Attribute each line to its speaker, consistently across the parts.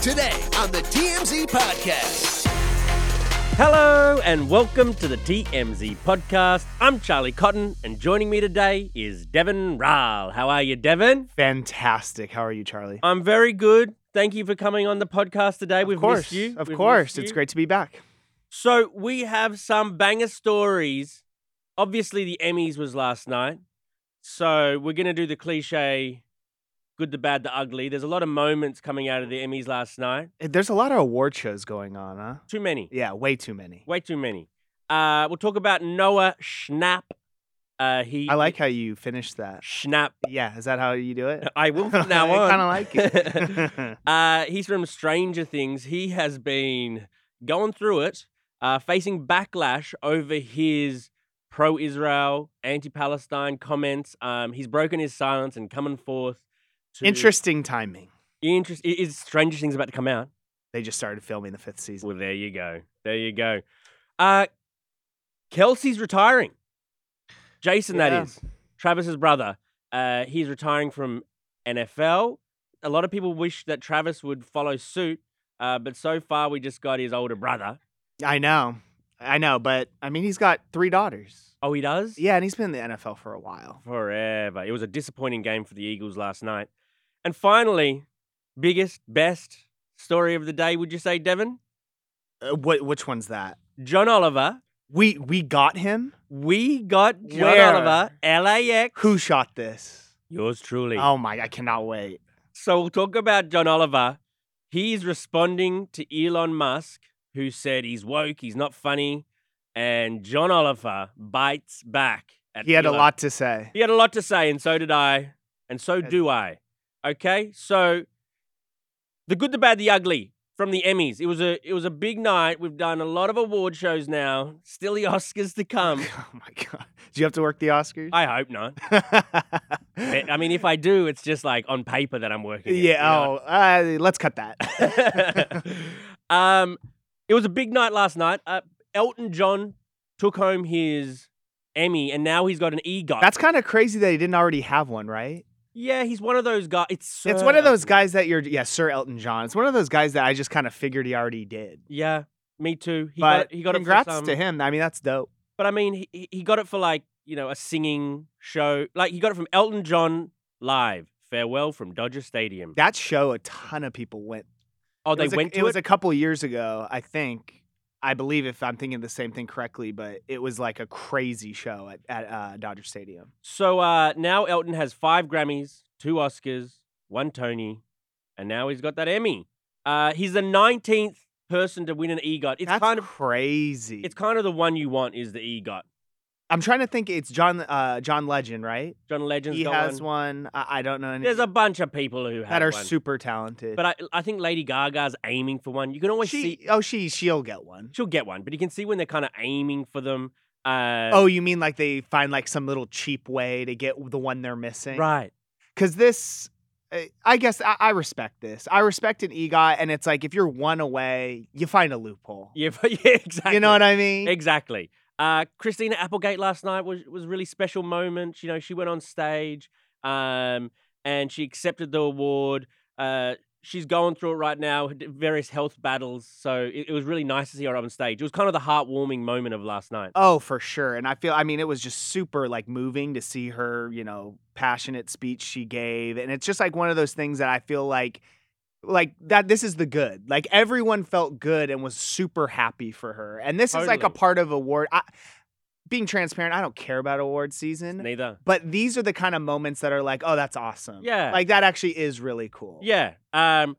Speaker 1: Today on the TMZ Podcast.
Speaker 2: Hello and welcome to the TMZ podcast. I'm Charlie Cotton, and joining me today is Devin Rahl. How are you, Devin?
Speaker 3: Fantastic. How are you, Charlie?
Speaker 2: I'm very good. Thank you for coming on the podcast today. We've
Speaker 3: of course.
Speaker 2: missed you.
Speaker 3: Of
Speaker 2: We've
Speaker 3: course.
Speaker 2: missed
Speaker 3: It's
Speaker 2: you.
Speaker 3: great to be back.
Speaker 2: So we have some banger stories. Obviously, the Emmys was last night, so we're gonna do the cliche, good, the bad, the ugly. There's a lot of moments coming out of the Emmys last night.
Speaker 3: Eh, There's a lot of award shows going on, huh?
Speaker 2: Too many.
Speaker 3: Yeah, way too many.
Speaker 2: Way too many. Uh, we'll talk about Noah Schnapp. Uh, he
Speaker 3: I like how you finished that.
Speaker 2: Schnapp.
Speaker 3: Yeah, is that how you do it?
Speaker 2: I will from now on.
Speaker 3: I kind of like it.
Speaker 2: Uh, he's from Stranger Things. He has been going through it, uh, facing backlash over his pro Israel, anti Palestine comments. Um, he's broken his silence and coming forth. To
Speaker 3: Interesting timing.
Speaker 2: Interest. i- Is Stranger Things about to come out?
Speaker 3: They just started filming the fifth season.
Speaker 2: Well, there you go. There you go. Uh, Kelsey's retiring. Jason,
Speaker 3: Yeah.
Speaker 2: that is Travis's brother. Uh, he's retiring from NFL. A lot of people wish that Travis would follow suit, uh, but so far we just got his older brother.
Speaker 3: I know. I know, but I mean, he's got three daughters.
Speaker 2: Oh, he does?
Speaker 3: Yeah, and he's been in the NFL for a while.
Speaker 2: Forever. It was a disappointing game for the Eagles last night. And finally, biggest, best story of the day, would you say, Devin?
Speaker 3: Uh, what? Which one's that?
Speaker 2: John Oliver.
Speaker 3: We we got him.
Speaker 2: We got John
Speaker 3: Where?
Speaker 2: Oliver, LAX.
Speaker 3: Who shot this?
Speaker 2: Yours truly.
Speaker 3: Oh my! I cannot wait.
Speaker 2: So we'll talk about John Oliver. He's responding to Elon Musk, who said he's woke, he's not funny, and John Oliver bites back. At
Speaker 3: He had a
Speaker 2: Elon.
Speaker 3: lot to say.
Speaker 2: He had a lot to say, and so did I, and so
Speaker 3: Yes.
Speaker 2: do I. Okay, so the good, the bad, the ugly from the Emmys. It was a it was a big night. We've done a lot of award shows now. Still the Oscars to come.
Speaker 3: Oh my god! Do you have to work the Oscars?
Speaker 2: I hope not. But, I mean, if I do, it's just like on paper that I'm working. it, you
Speaker 3: yeah.
Speaker 2: know?
Speaker 3: Oh, uh, let's cut that.
Speaker 2: um, it was a big night last night. Uh, Elton John took home his Emmy, and now he's got an EGOT.
Speaker 3: That's kind of crazy that he didn't already have one, right?
Speaker 2: yeah, he's one of those guys. It's
Speaker 3: It's
Speaker 2: Sir
Speaker 3: one of those
Speaker 2: Elton.
Speaker 3: guys that you're, yeah, Sir Elton John. It's one of those guys that I just kind of figured he already did.
Speaker 2: Yeah, me too. He
Speaker 3: but
Speaker 2: got it, he got
Speaker 3: congrats
Speaker 2: it for some,
Speaker 3: to him. I mean, that's dope.
Speaker 2: But I mean, he- he he got it for like you know a singing show. Like he got it from Elton John live. Farewell from Dodger Stadium.
Speaker 3: That show, a ton of people went.
Speaker 2: oh,
Speaker 3: It
Speaker 2: they
Speaker 3: was a-
Speaker 2: went
Speaker 3: it
Speaker 2: to
Speaker 3: was
Speaker 2: it.
Speaker 3: a couple years ago, I think. I believe if I'm thinking the same thing correctly, but it was like a crazy show at, at uh, Dodger Stadium.
Speaker 2: so uh, now Elton has five Grammys, two Oscars, one Tony, and now he's got that Emmy. Uh, he's the nineteenth person to win an E EGOT. It's
Speaker 3: That's
Speaker 2: kind of
Speaker 3: crazy.
Speaker 2: it's kind of the one you want is the E EGOT.
Speaker 3: I'm trying to think. It's John uh, John Legend, right?
Speaker 2: John Legend's
Speaker 3: he
Speaker 2: got
Speaker 3: has one. I, I don't know. Any,
Speaker 2: There's a bunch of people who have
Speaker 3: that are
Speaker 2: one.
Speaker 3: super talented.
Speaker 2: But I, I think Lady Gaga's aiming for one. You can always
Speaker 3: she,
Speaker 2: see
Speaker 3: oh, she she'll get one.
Speaker 2: she'll get one, but you can see when they're kind of aiming for them. Uh,
Speaker 3: Oh, you mean like they find like some little cheap way to get the one they're missing?
Speaker 2: right.
Speaker 3: Because this, I- I guess I, I respect this. I respect an EGOT, and it's like if you're one away, you find a loophole.
Speaker 2: Yeah, but- yeah, exactly.
Speaker 3: You know what I mean?
Speaker 2: Exactly. Uh, Christina Applegate last night was was a really special moment. You know, she went on stage, um, and she accepted the award. Uh, she's going through it right now, d- various health battles. So it, it was really nice to see her on stage. It was kind of the heartwarming moment of last night.
Speaker 3: Oh, for sure. And I feel, I mean, it was just super like moving to see her, you know, passionate speech she gave. And it's just like one of those things that I feel like, like that this is the good. Like everyone felt good and was super happy for her. And this is like a
Speaker 2: Totally.
Speaker 3: part of award. I, being transparent, I don't care about award season,
Speaker 2: Neither.
Speaker 3: but these are the kind of moments that are like, oh, that's awesome.
Speaker 2: Yeah.
Speaker 3: Like that actually is really cool.
Speaker 2: Yeah. Um,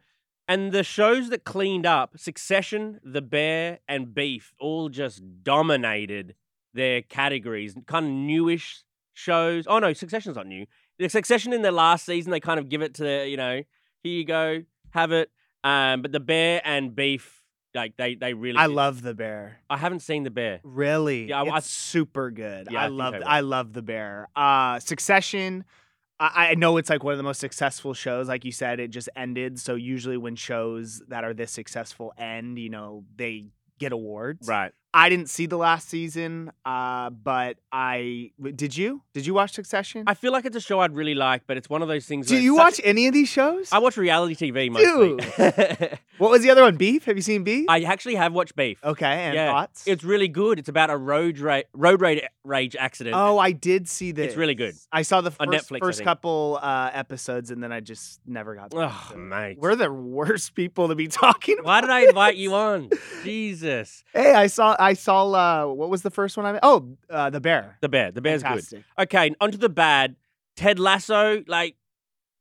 Speaker 2: and the shows that cleaned up, Succession, The Bear, and Beef, all just dominated their categories. Kind of newish shows. Oh no, Succession's not new. the Succession in their last season, they kind of give it to the, you know, here you go, have it. Um, but the bear and beef, like they they really.
Speaker 3: I love the bear.
Speaker 2: I haven't seen the bear.
Speaker 3: Really?
Speaker 2: Yeah, I- I-
Speaker 3: it's super good.
Speaker 2: Yeah, I
Speaker 3: I
Speaker 2: think
Speaker 3: love
Speaker 2: I will.
Speaker 3: I, love The Bear. Uh Succession I I know it's like one of the most successful shows. Like you said, it just ended. So usually when shows that are this successful end, you know, they get awards.
Speaker 2: Right.
Speaker 3: I didn't see the last season, uh, but I w- did you? Did you watch Succession?
Speaker 2: I feel like it's a show I'd really like, but it's one of those things.
Speaker 3: Do
Speaker 2: where it's
Speaker 3: you
Speaker 2: such-
Speaker 3: watch any of these shows?
Speaker 2: I watch reality TV mostly.
Speaker 3: what was the other one? Beef? Have you seen Beef?
Speaker 2: I actually have watched Beef.
Speaker 3: okay, and
Speaker 2: Yeah,
Speaker 3: thoughts?
Speaker 2: It's really good. It's about a road ra- road rage rage accident.
Speaker 3: Oh, I did see this.
Speaker 2: really good.
Speaker 3: I saw the
Speaker 2: On
Speaker 3: first,
Speaker 2: Netflix, I
Speaker 3: first
Speaker 2: think.
Speaker 3: couple uh, episodes, and then I just never got. back
Speaker 2: Oh,
Speaker 3: to it.
Speaker 2: mate.
Speaker 3: We're the worst people to be talking.
Speaker 2: Why did I invite you on? Jesus.
Speaker 3: Hey, I saw. I saw. Uh, what was the first one? I oh, uh, the bear.
Speaker 2: The bear. The bear's
Speaker 3: Fantastic.
Speaker 2: good. Okay, onto the bad. Ted Lasso, like,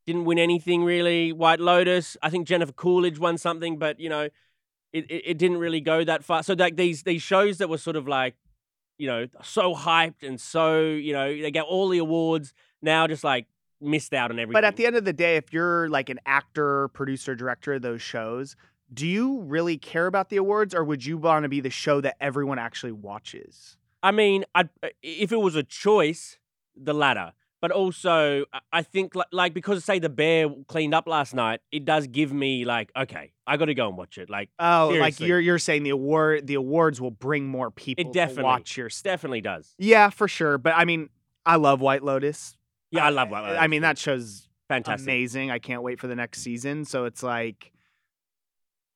Speaker 2: didn't win anything really. White Lotus. I think Jennifer Coolidge won something, but you know, it, it, it didn't really go that far. So like these these shows that were sort of like, you know, so hyped and so, you know, they get all the awards, now just like missed out on everything.
Speaker 3: But at the end of the day, if you're like an actor, producer, director of those shows, do you really care about the awards, or would you want to be the show that everyone actually watches?
Speaker 2: I mean, I'd, uh, if it was a choice, the latter. But also, I- I think like, like because say the bear cleaned up last night, it does give me like okay, I got to go and watch it. Like
Speaker 3: Oh, like
Speaker 2: Seriously.
Speaker 3: you're you're saying the award the awards will bring more people to
Speaker 2: definitely-
Speaker 3: watch your stuff.
Speaker 2: definitely does.
Speaker 3: Yeah, for sure. But I mean, I love White Lotus.
Speaker 2: Yeah, I love White Lotus.
Speaker 3: I mean, that show's
Speaker 2: Fantastic.
Speaker 3: amazing. I can't wait for the next season. So it's like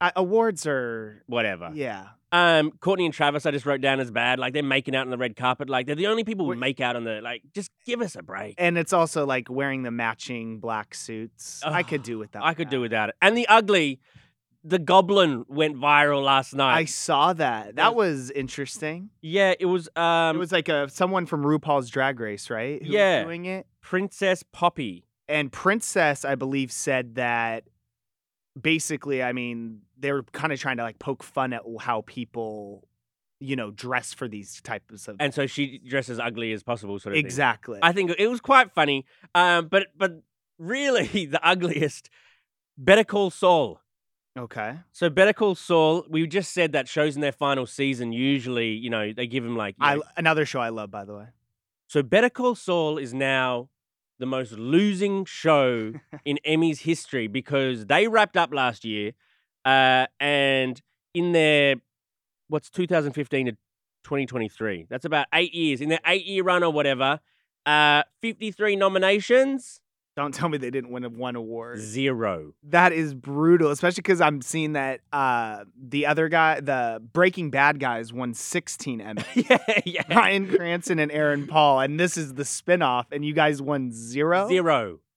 Speaker 3: I, awards are
Speaker 2: Whatever.
Speaker 3: yeah.
Speaker 2: Um, Courtney and Travis, I just wrote down as bad. Like they're making out on the red carpet. Like they're the only people who
Speaker 3: Wait.
Speaker 2: make out on the like. Just give us a break.
Speaker 3: And it's also like wearing the matching black suits. I could do without.
Speaker 2: I could
Speaker 3: that.
Speaker 2: do without it. And the ugly, the goblin went viral last night.
Speaker 3: I saw that. That was interesting.
Speaker 2: yeah, it was. Um,
Speaker 3: it was like a someone from RuPaul's Drag Race, right? who was
Speaker 2: Yeah.
Speaker 3: doing it.
Speaker 2: Princess Poppy.
Speaker 3: and Princess, I believe, said that basically, I mean, they were kind of trying to like poke fun at how people, you know, dress for these types of
Speaker 2: and so she dressed as ugly as possible, sort of thing.
Speaker 3: exactly.
Speaker 2: I think it was quite funny, um, but but really the ugliest. Better Call Saul.
Speaker 3: okay,
Speaker 2: So Better Call Saul, we just said that shows in their final season usually, you know, they give him like. you
Speaker 3: I
Speaker 2: know-
Speaker 3: another show I love, by the way.
Speaker 2: so Better Call Saul is now the most losing show in Emmy's history because they wrapped up last year, uh, and in their what's 2015 to 2023. That's about eight years in their eight-year run or whatever. Uh, 53 nominations,
Speaker 3: Don't tell me they didn't win one award.
Speaker 2: zero.
Speaker 3: That is brutal, especially because I'm seeing that uh, the other guy, the Breaking Bad guys, won 16 Emmys.
Speaker 2: yeah, yeah,
Speaker 3: Ryan Cranston and Aaron Paul, and this is the spinoff, and you guys won
Speaker 2: zero.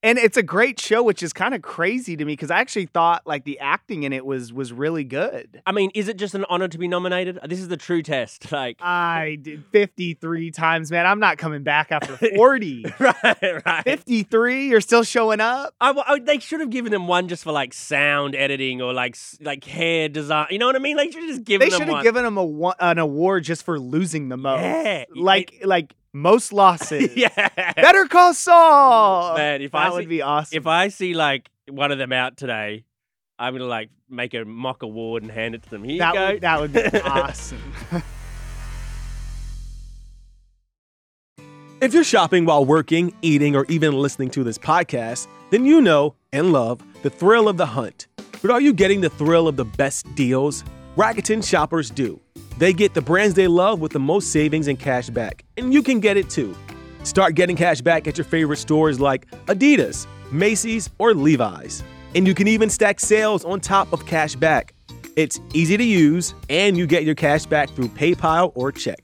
Speaker 3: and it's a great show which is kind of crazy to me because i actually thought like the acting in it was was really good
Speaker 2: I mean, is it just an honor to be nominated? This is the true test. Like,
Speaker 3: i did 53 times man i'm not coming back after 40
Speaker 2: right, right.
Speaker 3: 53 you're still showing up
Speaker 2: I, w- I would- they should have given them one just for like sound editing or like s- like hair design. You know what I mean? Like should have just given
Speaker 3: they
Speaker 2: them
Speaker 3: should have
Speaker 2: one.
Speaker 3: given him a wa- an award just for losing the most
Speaker 2: Yeah, y-
Speaker 3: like like most losses
Speaker 2: yeah.
Speaker 3: better call saul
Speaker 2: Man, if
Speaker 3: that
Speaker 2: I
Speaker 3: would
Speaker 2: see,
Speaker 3: be awesome
Speaker 2: if I see like one of them out today, I'm gonna like make a mock award and hand it to them. Here
Speaker 3: that
Speaker 2: you go.
Speaker 3: would, that would be awesome
Speaker 4: If you're shopping while working, eating, or even listening to this podcast, then you know and love the thrill of the hunt. But are you getting the thrill of the best deals? Rakuten shoppers do. They get the brands they love with the most savings and cash back, and you can get it too. Start getting cash back at your favorite stores like Adidas, Macy's, or Levi's. And you can even stack sales on top of cash back. It's easy to use, and you get your cash back through PayPal or check.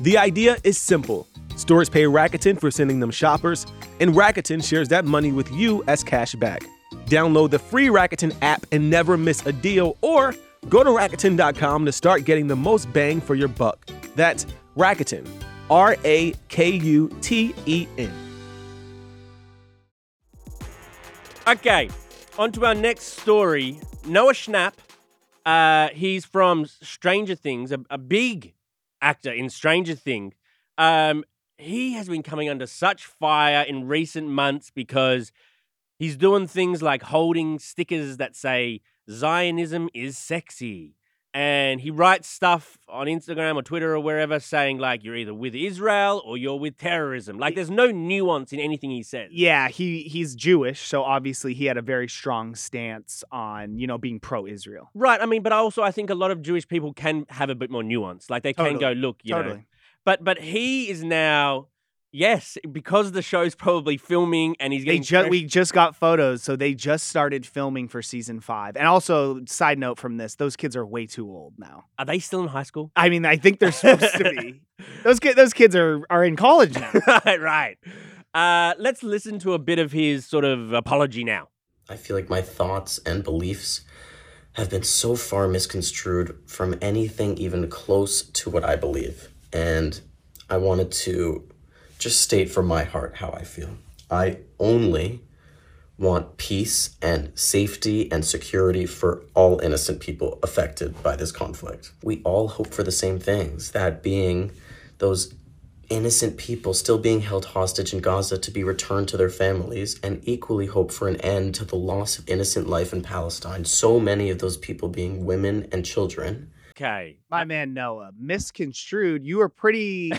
Speaker 4: The idea is simple stores pay Rakuten for sending them shoppers, and Rakuten shares that money with you as cash back. Download the free Rakuten app and never miss a deal, or go to Rakuten.com to start getting the most bang for your buck. That's Rakuten, R A K U T E N.
Speaker 2: Okay, on to our next story. Noah Schnapp. Uh, he's from Stranger Things, a, a big actor in Stranger Things. Um, he has been coming under such fire in recent months because he's doing things like holding stickers that say Zionism is sexy. And he writes stuff on Instagram or Twitter or wherever saying, like, you're either with Israel or you're with terrorism. Like, there's no nuance in anything he says.
Speaker 3: Yeah, he he's Jewish, so obviously he had a very strong stance on, you know, being pro-Israel.
Speaker 2: Right. I mean, but also, I think a lot of Jewish people can have a bit more nuance. Like, they can go,
Speaker 3: Totally.
Speaker 2: look, you know,
Speaker 3: totally.
Speaker 2: But but he is now, yes, because the show's probably filming and he's
Speaker 3: They
Speaker 2: getting
Speaker 3: just
Speaker 2: fresh-
Speaker 3: we just got photos, so they just started filming for season 5. And also, side note from this, those kids are way too old now.
Speaker 2: are they still in high school?
Speaker 3: I mean, I think they're supposed to be. Those kid those kids are are in college now.
Speaker 2: right, right. Uh, let's listen to a bit of his sort of apology now.
Speaker 5: I feel like my thoughts and beliefs have been so far misconstrued from anything even close to what I believe. And I wanted to just state from my heart how I feel. I only want peace and safety and security for all innocent people affected by this conflict. We all hope for the same things that being those innocent people still being held hostage in Gaza to be returned to their families, and equally hope for an end to the loss of innocent life in Palestine, so many of those people being women and children.
Speaker 2: Okay.
Speaker 3: My man Noah, misconstrued. You were pretty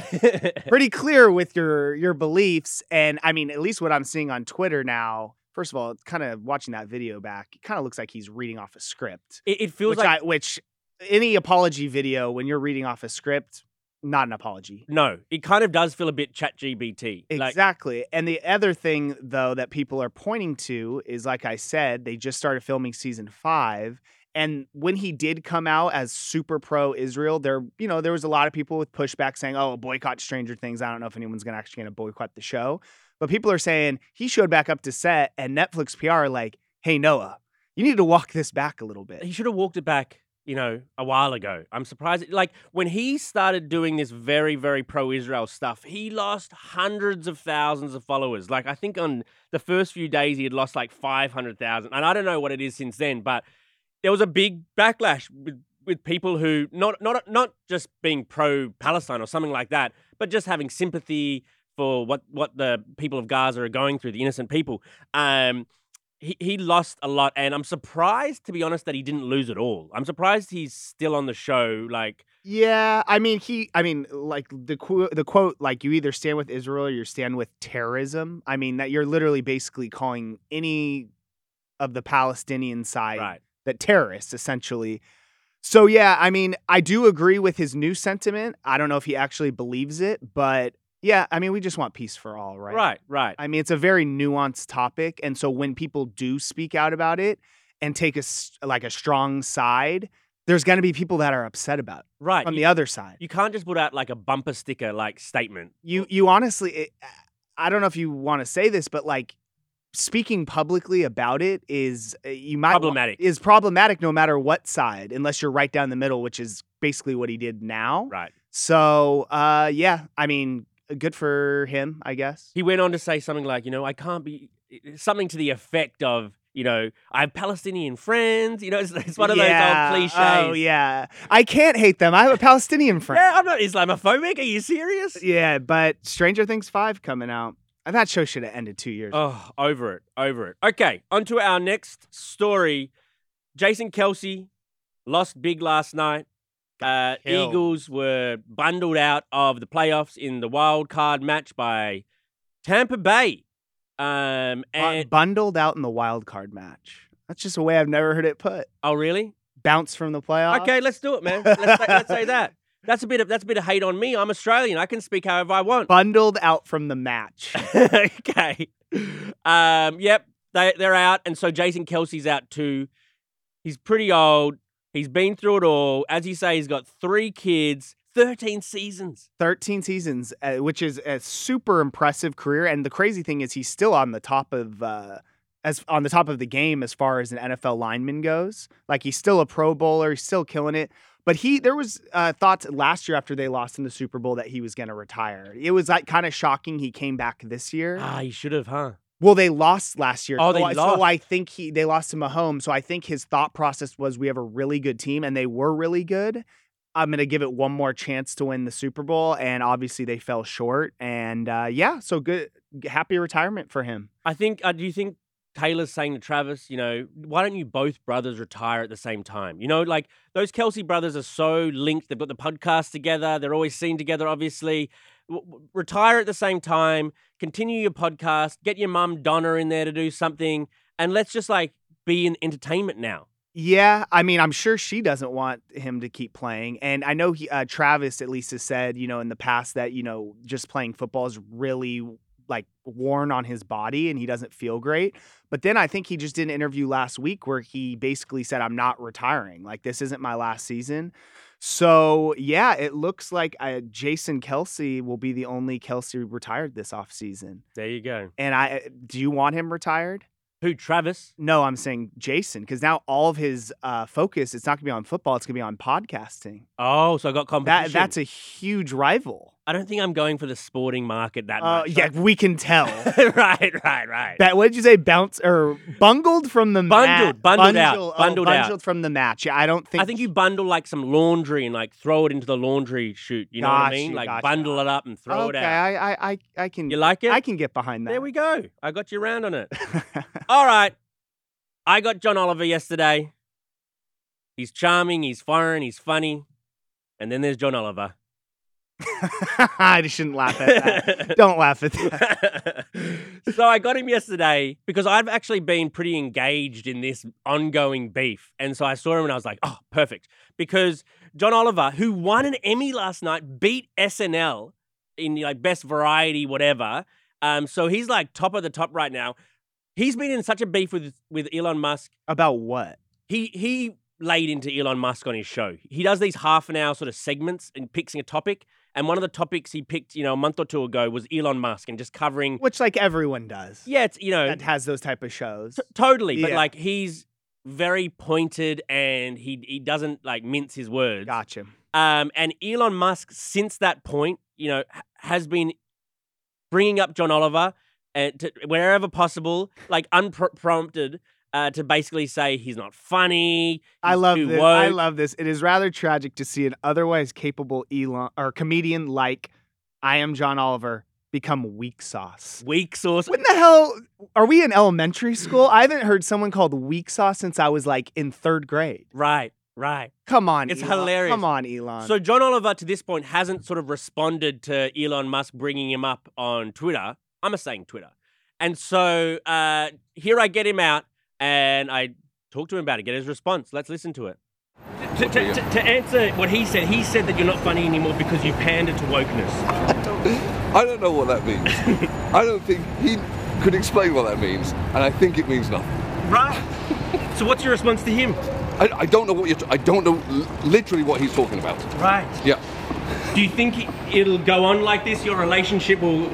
Speaker 3: pretty clear with your your beliefs and I mean, at least what I'm seeing on Twitter now. First of all, it's kind of watching that video back, it kind of looks like he's reading off a script.
Speaker 2: It, it feels
Speaker 3: Which
Speaker 2: like
Speaker 3: I which any apology video when you're reading off a script, not an apology.
Speaker 2: no. It kind of does feel a bit chat GBT. Like
Speaker 3: Exactly. and the other thing, though, that people are pointing to is like I said, they just started filming season five. And when he did come out as super pro Israel, there, you know, there was a lot of people with pushback saying, oh, boycott Stranger Things. I don't know if anyone's gonna actually gonna boycott the show. But people are saying he showed back up to set and Netflix PR are like, hey, Noah, you need to walk this back a little
Speaker 2: he
Speaker 3: bit.
Speaker 2: should have walked it back, you know, a while ago. I'm surprised. Like when he started doing this very, very pro-Israel stuff, he lost hundreds of thousands of followers. Like I think on the first few days he had lost like five hundred thousand, and I don't know what it is since then. But there was a big backlash with with people who not not not just being pro-Palestine or something like that, but just having sympathy for what what the people of Gaza are going through, the innocent people. Um, he, he lost a lot, and I'm surprised, to be honest, that he didn't lose at all. I'm surprised he's still on the show. Like,
Speaker 3: Yeah, I mean, he, I mean, like the qu- the quote, like you either stand with Israel or you stand with terrorism. I mean, that you're literally basically calling any of the Palestinian side
Speaker 2: right,
Speaker 3: that terrorists, essentially. So yeah, I mean, I do agree with his new sentiment. I don't know if he actually believes it, but yeah, I mean, we just want peace for all,
Speaker 2: right, right, right.
Speaker 3: I mean, it's a very nuanced topic, and so when people do speak out about it and take a s- like a strong side, there's going to be people that are upset about it from
Speaker 2: You,
Speaker 3: the other side.
Speaker 2: you can't just put out like a bumper sticker like statement.
Speaker 3: You you honestly, it, I don't know if you want to say this, but like speaking publicly about it is uh, you might wa-
Speaker 2: Problematic.
Speaker 3: is problematic no matter what side, unless you're right down the middle, which is basically what he did now.
Speaker 2: Right.
Speaker 3: So uh, yeah, I mean, good for him, I guess.
Speaker 2: He went on to say something like, you know, I can't be something to the effect of, you know, I have Palestinian friends. You know, it's, it's one of
Speaker 3: Yeah.
Speaker 2: those old cliches.
Speaker 3: Oh yeah, I can't hate them. I have a Palestinian friend.
Speaker 2: Yeah, I'm not Islamophobic. Are you serious?
Speaker 3: Yeah, but Stranger Things five coming out. That show should have ended two years.
Speaker 2: Oh, over it, over it. Okay, on to our next story. Jason Kelsey lost big last night. Uh,
Speaker 3: killed.
Speaker 2: Eagles were bundled out of the playoffs in the wild card match by Tampa Bay. Um,
Speaker 3: Bu-
Speaker 2: and
Speaker 3: bundled out in the wild card match. That's just a way I've never heard it put.
Speaker 2: oh, really?
Speaker 3: Bounce from the playoffs.
Speaker 2: Okay, let's do it, man. Let's, say- let's say that. That's a bit of that's a bit of hate on me. I'm Australian. I can speak however I want.
Speaker 3: Bundled out from the match.
Speaker 2: okay. Um, yep, they, they're out. And so Jason Kelsey's out too. He's pretty old. He's been through it all. As you say, he's got three kids, 13 seasons.
Speaker 3: Thirteen seasons, uh, which is a super impressive career. And the crazy thing is, he's still on the top of. Uh, as on the top of the game as far as an NFL lineman goes, like he's still a Pro Bowler, he's still killing it. But he, there was uh, thoughts last year after they lost in the Super Bowl that he was going to retire. It was like kind of shocking he came back this year.
Speaker 2: Ah, he should have, huh?
Speaker 3: Well, they lost last year.
Speaker 2: Oh,
Speaker 3: so
Speaker 2: they
Speaker 3: I-
Speaker 2: lost.
Speaker 3: So I think he they lost to Mahomes. So I think his thought process was we have a really good team, and they were really good. I'm going to give it one more chance to win the Super Bowl. And obviously, they fell short. And uh, yeah, so good, happy retirement for him.
Speaker 2: I think. Uh, do you think Taylor's saying to Travis, you know, why don't you both brothers retire at the same time? You know, like those Kelsey brothers are so linked. They've got the podcast together. They're always seen together. Obviously, W- w- retire at the same time. Continue your podcast. Get your mum Donna in there to do something, and let's just like be in entertainment now.
Speaker 3: Yeah, I mean, I'm sure she doesn't want him to keep playing, and I know he, uh, Travis at least has said, you know, in the past that you know just playing football is really like worn on his body, and he doesn't feel great. But then I think he just did an interview last week where he basically said, "I'm not retiring. Like this isn't my last season." So yeah, it looks like uh, Jason Kelsey will be the only Kelsey retired this offseason.
Speaker 2: There you go.
Speaker 3: And I uh, do you want him retired?
Speaker 2: Who Travis?
Speaker 3: No, I'm saying Jason, because now all of his uh, focus it's not gonna be on football; it's gonna be on podcasting.
Speaker 2: Oh, so I got competition.
Speaker 3: That that's a huge rival.
Speaker 2: I don't think I'm going for the sporting market that
Speaker 3: Uh,
Speaker 2: much.
Speaker 3: yeah, we can tell.
Speaker 2: right, right, right.
Speaker 3: That what did you say? Bounce or bungled from the oh,
Speaker 2: Bundled, bundled out, bundled out.
Speaker 3: bundled from the match. Yeah, I don't think.
Speaker 2: I think you bundle like some laundry and like throw it into the laundry chute. You know what I
Speaker 3: Gotcha,
Speaker 2: mean? Like
Speaker 3: gotcha.
Speaker 2: bundle it up and throw
Speaker 3: okay,
Speaker 2: it out.
Speaker 3: I, I I I can
Speaker 2: You like it?
Speaker 3: I can get behind that.
Speaker 2: There we go. I got you round on it. All right. I got John Oliver yesterday. He's charming, he's foreign, he's funny. And then there's John Oliver.
Speaker 3: I just shouldn't laugh at that. don't laugh at that.
Speaker 2: so I got him yesterday because I've actually been pretty engaged in this ongoing beef. And so I saw him and I was like, oh, perfect. Because John Oliver, who won an Emmy last night, beat SNL in the, like best variety, whatever. Um, so he's like top of the top right now. He's been in such a beef with with Elon Musk
Speaker 3: About what?
Speaker 2: he he laid into Elon Musk on his show. He does these half an hour sort of segments and picks a topic. And one of the topics he picked, you know, a month or two ago was Elon Musk and just covering.
Speaker 3: Which like everyone does.
Speaker 2: Yeah, it's you know
Speaker 3: That has those type of shows.
Speaker 2: t- totally, but
Speaker 3: Yeah.
Speaker 2: like he's very pointed and he he doesn't like mince his words.
Speaker 3: Gotcha.
Speaker 2: Um, and Elon Musk, since that point, you know, h- has been bringing up John Oliver and to, wherever possible, like unprompted, uh, to basically say he's not funny.
Speaker 3: I
Speaker 2: he's
Speaker 3: love
Speaker 2: too
Speaker 3: this. I
Speaker 2: woke.
Speaker 3: love this. It is rather tragic to see an otherwise capable Elon or comedian like I am John Oliver become weak sauce.
Speaker 2: weak sauce.
Speaker 3: What in the hell are we in elementary school? I haven't heard someone called weak sauce since I was like in third grade.
Speaker 2: Right, right.
Speaker 3: Come on,
Speaker 2: It's
Speaker 3: Elon.
Speaker 2: hilarious.
Speaker 3: Come on, Elon.
Speaker 2: So John Oliver to this point hasn't sort of responded to Elon Musk bringing him up on Twitter. I'm a saying Twitter. And so uh, here I get him out and I talk to him about it, get his response. Let's listen to it. To, to, to, to answer what he said, he said that you're not funny anymore because you pander to wokeness.
Speaker 6: I don't know what that means. I don't think he could explain what that means, and I think it means nothing.
Speaker 2: Right. So what's your response to him?
Speaker 6: I, I don't know what you're. T- I don't know l- literally what he's talking about.
Speaker 2: Right.
Speaker 6: Yeah.
Speaker 2: Do you think it'll go on like this? Your relationship will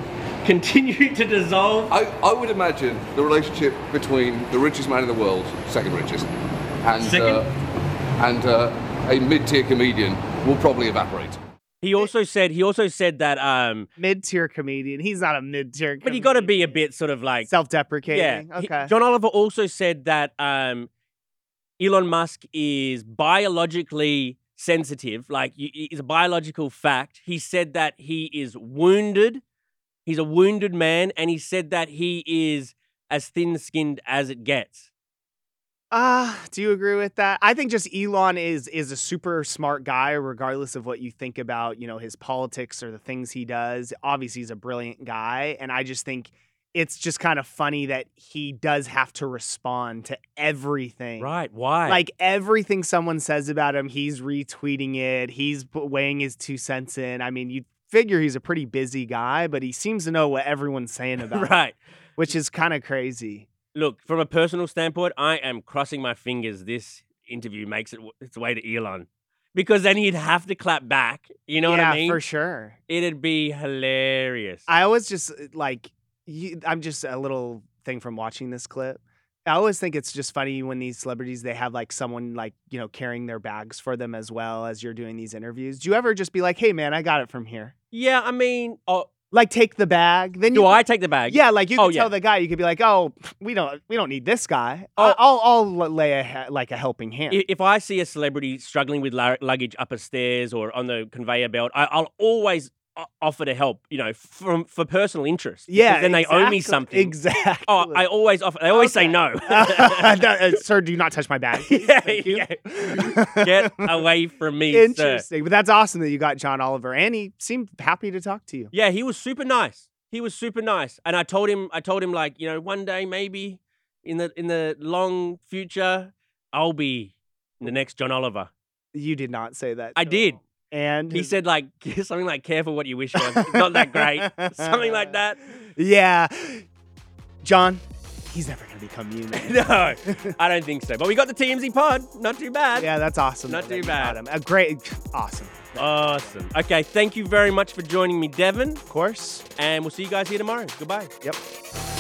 Speaker 2: continue to dissolve?
Speaker 6: I, I would imagine the relationship between the richest man in the world, second richest, and
Speaker 2: Second?
Speaker 6: Uh, and uh, a mid-tier comedian will probably evaporate.
Speaker 2: He also said he also said that um
Speaker 3: mid tier comedian. He's not a mid tier.
Speaker 2: but you got to be a bit sort of like
Speaker 3: self
Speaker 2: yeah.
Speaker 3: deprecating.
Speaker 2: He-
Speaker 3: Okay.
Speaker 2: John Oliver also said that um Elon Musk is biologically sensitive, like y- y- it's a biological fact. He said that he is wounded. He's a wounded man and he said that he is as thin-skinned as it gets.
Speaker 3: Ah, do you agree with that? I think just Elon is is a super smart guy, regardless of what you think about, you know, his politics or the things he does. Obviously, he's a brilliant guy, and I just think it's just kind of funny that he does have to respond to everything.
Speaker 2: Right, why?
Speaker 3: Like everything someone says about him, he's retweeting it. He's p- weighing his two cents in. I mean, you figure he's a pretty busy guy, but he seems to know what everyone's saying about, him,
Speaker 2: right.
Speaker 3: which is kind of crazy.
Speaker 2: Look, from a personal standpoint, I am crossing my fingers this interview makes it w- its way to Elon because then he'd have to clap back. You know
Speaker 3: yeah,
Speaker 2: what I mean?
Speaker 3: for sure.
Speaker 2: It'd be hilarious.
Speaker 3: I always just uh, like you, I'm just a little thing from watching this clip. I always think it's just funny when these celebrities they have like someone like you know carrying their bags for them as well as you're doing these interviews. Do you ever just be like, "Hey man, I got it from here."
Speaker 2: yeah, I mean, oh,
Speaker 3: Like take the bag. Then
Speaker 2: Do
Speaker 3: you,
Speaker 2: I take the bag?
Speaker 3: Yeah, like you could
Speaker 2: Oh, yeah.
Speaker 3: tell the guy, you could be like, "Oh, we don't, we don't need this guy.
Speaker 2: Oh.
Speaker 3: I'll, I'll, I'll lay a ha- like a helping hand."
Speaker 2: I- If I see a celebrity struggling with lar- luggage up a stairs or on the conveyor belt, I- I'll always o- offer to help. You know, from for personal interest. because
Speaker 3: yeah,
Speaker 2: Then they owe me
Speaker 3: exactly-
Speaker 2: something.
Speaker 3: Exactly.
Speaker 2: Oh, I always offer. They always say
Speaker 3: Okay.
Speaker 2: no.
Speaker 3: That- uh, sir, do not touch my bag.
Speaker 2: Yeah,
Speaker 3: Thank you.
Speaker 2: Get away from me, sir.
Speaker 3: Interesting, but that's awesome that you got John Oliver, and he seemed happy to talk to you.
Speaker 2: Yeah, he was super nice. He was super nice, and I told him, I told him, like, you know, one day maybe in the in the long future, I'll be the next John Oliver.
Speaker 3: You did not say that.
Speaker 2: I
Speaker 3: to
Speaker 2: did.
Speaker 3: him. and
Speaker 2: He
Speaker 3: his-
Speaker 2: said like something like "Careful what you wish for." It's Not that great. something like that.
Speaker 3: Yeah, John, he's never gonna become you, man.
Speaker 2: No, I don't think so. But we got the TMZ pod. Not too bad.
Speaker 3: Yeah, that's awesome.
Speaker 2: Not
Speaker 3: though,
Speaker 2: too
Speaker 3: that you
Speaker 2: bad.
Speaker 3: got him. A great, awesome,
Speaker 2: Awesome. Okay, thank you very much for joining me, Devin,
Speaker 3: of course.
Speaker 2: and we'll see you guys here tomorrow. Goodbye.
Speaker 3: Yep.